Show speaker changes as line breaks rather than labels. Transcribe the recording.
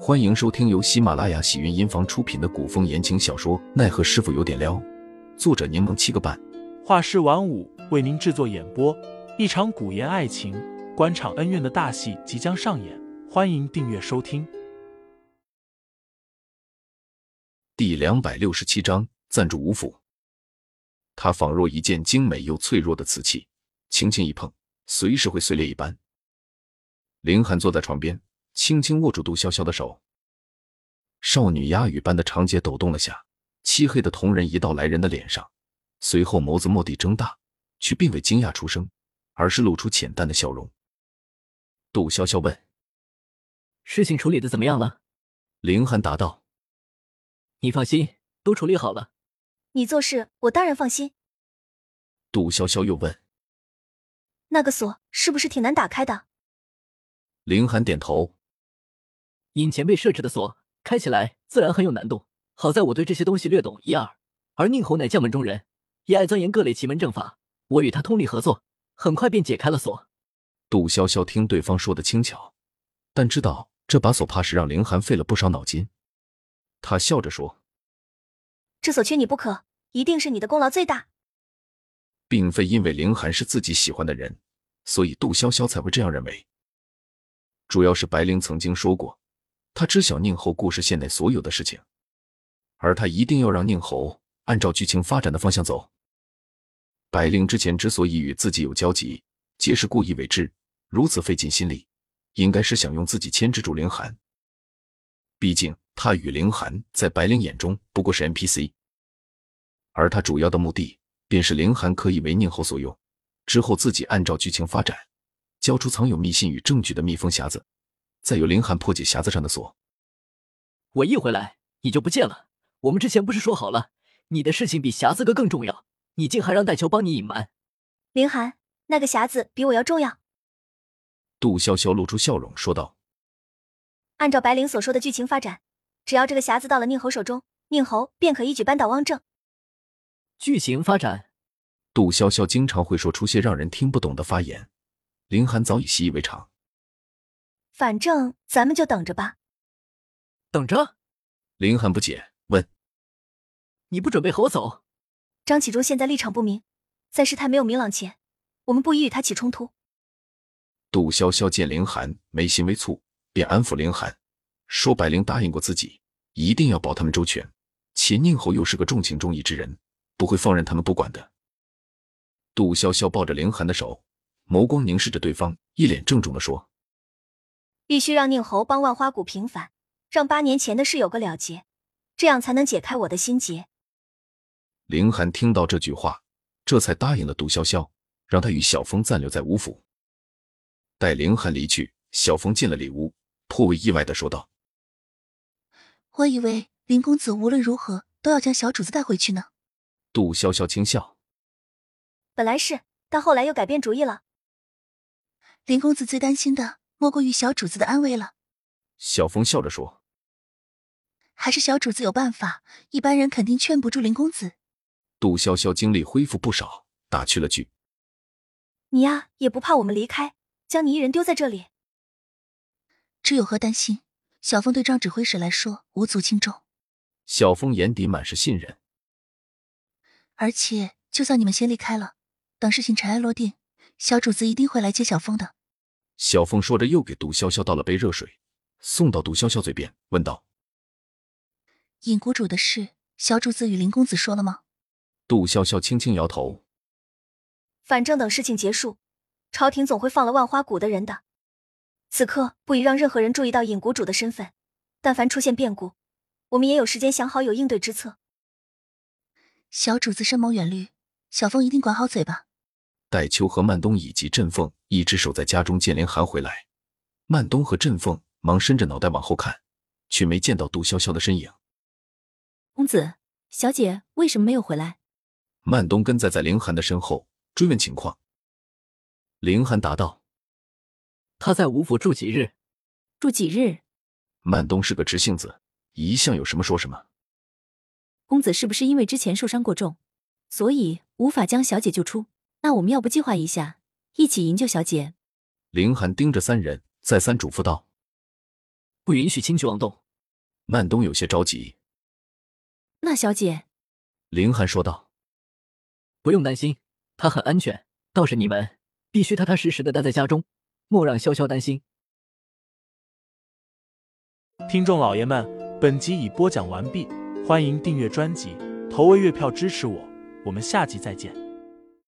欢迎收听由喜马拉雅喜云音房出品的古风言情小说《奈何师傅有点撩》，作者柠檬七个半，
画师晚舞为您制作演播。一场古言爱情、官场恩怨的大戏即将上演，欢迎订阅收听。
第两百六十七章暂住吴府。它仿若一件精美又脆弱的瓷器，轻轻一碰，随时会碎裂一般。凌寒坐在床边，轻轻握住杜潇潇的手，少女鸦语般的长睫抖动了下，漆黑的瞳仁移到来人的脸上，随后眸子蓦地睁大，却并未惊讶出声，而是露出浅淡的笑容。杜潇潇问
事情处理的怎么样了？：“
凌寒答道，
你放心，都处理好了。
你做事，我当然放心。
杜潇潇又问。”
那个锁是不是挺难打开的？
凌寒点头，
因前辈设置的锁，开起来自然很有难度。好在我对这些东西略懂一二，而宁侯乃将门中人，也爱钻研各类奇门阵法。我与他通力合作，很快便解开了锁。
杜潇潇听对方说的轻巧，但知道这把锁怕是让凌寒费了不少脑筋。他笑着说
这锁缺你不可，一定是你的功劳最大。：“
并非因为凌寒是自己喜欢的人，所以杜潇潇才会这样认为。主要是白灵曾经说过，她知晓宁侯故事线内所有的事情，而她一定要让宁侯按照剧情发展的方向走。白灵之前之所以与自己有交集，皆是故意为之，如此费尽心力，应该是想用自己牵制住凌寒。毕竟他与凌寒在白灵眼中不过是 NPC，而他主要的目的便是凌寒可以为宁侯所用，之后自己按照剧情发展，交出藏有密信与证据的密封匣子，再由凌寒破解匣子上的锁。
我一回来，你就不见了。我们之前不是说好了，你的事情比匣子哥更重要，你竟还让戴秋帮你隐瞒。
凌寒，那个匣子比我要重要。
杜潇潇露出笑容说道
按照白灵所说的剧情发展，只要这个匣子到了宁侯手中，宁侯便可一举扳倒汪正。
剧情发展，：“
杜潇潇经常会说出些让人听不懂的发言，凌寒早已习以为常。
反正咱们就等着吧。
等着，
凌寒不解问
你不准备和我走？
张启忠现在立场不明，在事态没有明朗前，我们不宜与他起冲突。
杜潇潇见凌寒眉心微蹙，便安抚凌寒，说：“白灵答应过自己，一定要保他们周全，且宁侯又是个重情重义之人，不会放任他们不管的。”杜潇潇抱着凌寒的手，眸光凝视着对方，一脸郑重地说
必须让宁侯帮万花谷平反，让八年前的事有个了结，这样才能解开我的心结。：“
凌寒听到这句话，这才答应了杜潇潇，让他与小峰暂留在吴府。”待凌寒离去，小峰进了里屋，颇为意外地说道。
我以为林公子无论如何都要将小主子带回去呢。
杜潇潇轻笑。
本来是，但后来又改变主意了。
林公子最担心的莫过于小主子的安危了，
小峰笑着说。
还是小主子有办法，一般人肯定劝不住林公子。
杜潇潇精力恢复不少，打趣了句。
你呀，也不怕我们离开，将你一人丢在这里？
这有何担心？小凤对张指挥使来说无足轻重，
小峰眼底满是信任。
而且就算你们先离开了，等事情尘埃落定，小主子一定会来接小凤的。
小峰说着，又给杜潇潇倒了杯热水，送到杜潇潇嘴边，问道
尹谷主的事，小主子与林公子说了吗？：“
杜潇潇轻轻摇头。
反正等事情结束，朝廷总会放了万花谷的人的。此刻不宜让任何人注意到尹谷主的身份，但凡出现变故，我们也有时间想好有应对之策。
小主子深谋远虑，小凤一定管好嘴巴。”
戴秋和曼东以及振凤一只手在家中见凌寒回来，曼东和振凤忙伸着脑袋往后看，却没见到杜潇潇的身影。
公子，小姐为什么没有回来？
曼东跟在在凌寒的身后追问情况。凌寒答道
他在吴府住几日？
住几日？：“
曼东是个直性子，一向有什么说什么。”
公子是不是因为之前受伤过重，所以无法将小姐救出？那我们要不计划一下，一起营救小姐？
凌寒盯着三人，再三嘱咐道
不允许轻举妄动。
曼东有些着急，
那小姐，
林寒说道
不用担心，他很安全。倒是你们必须踏踏实实的待在家中，莫让潇潇担心。
听众老爷们，本集已播讲完毕，欢迎订阅专辑，投喂月票支持我，我们下集再见。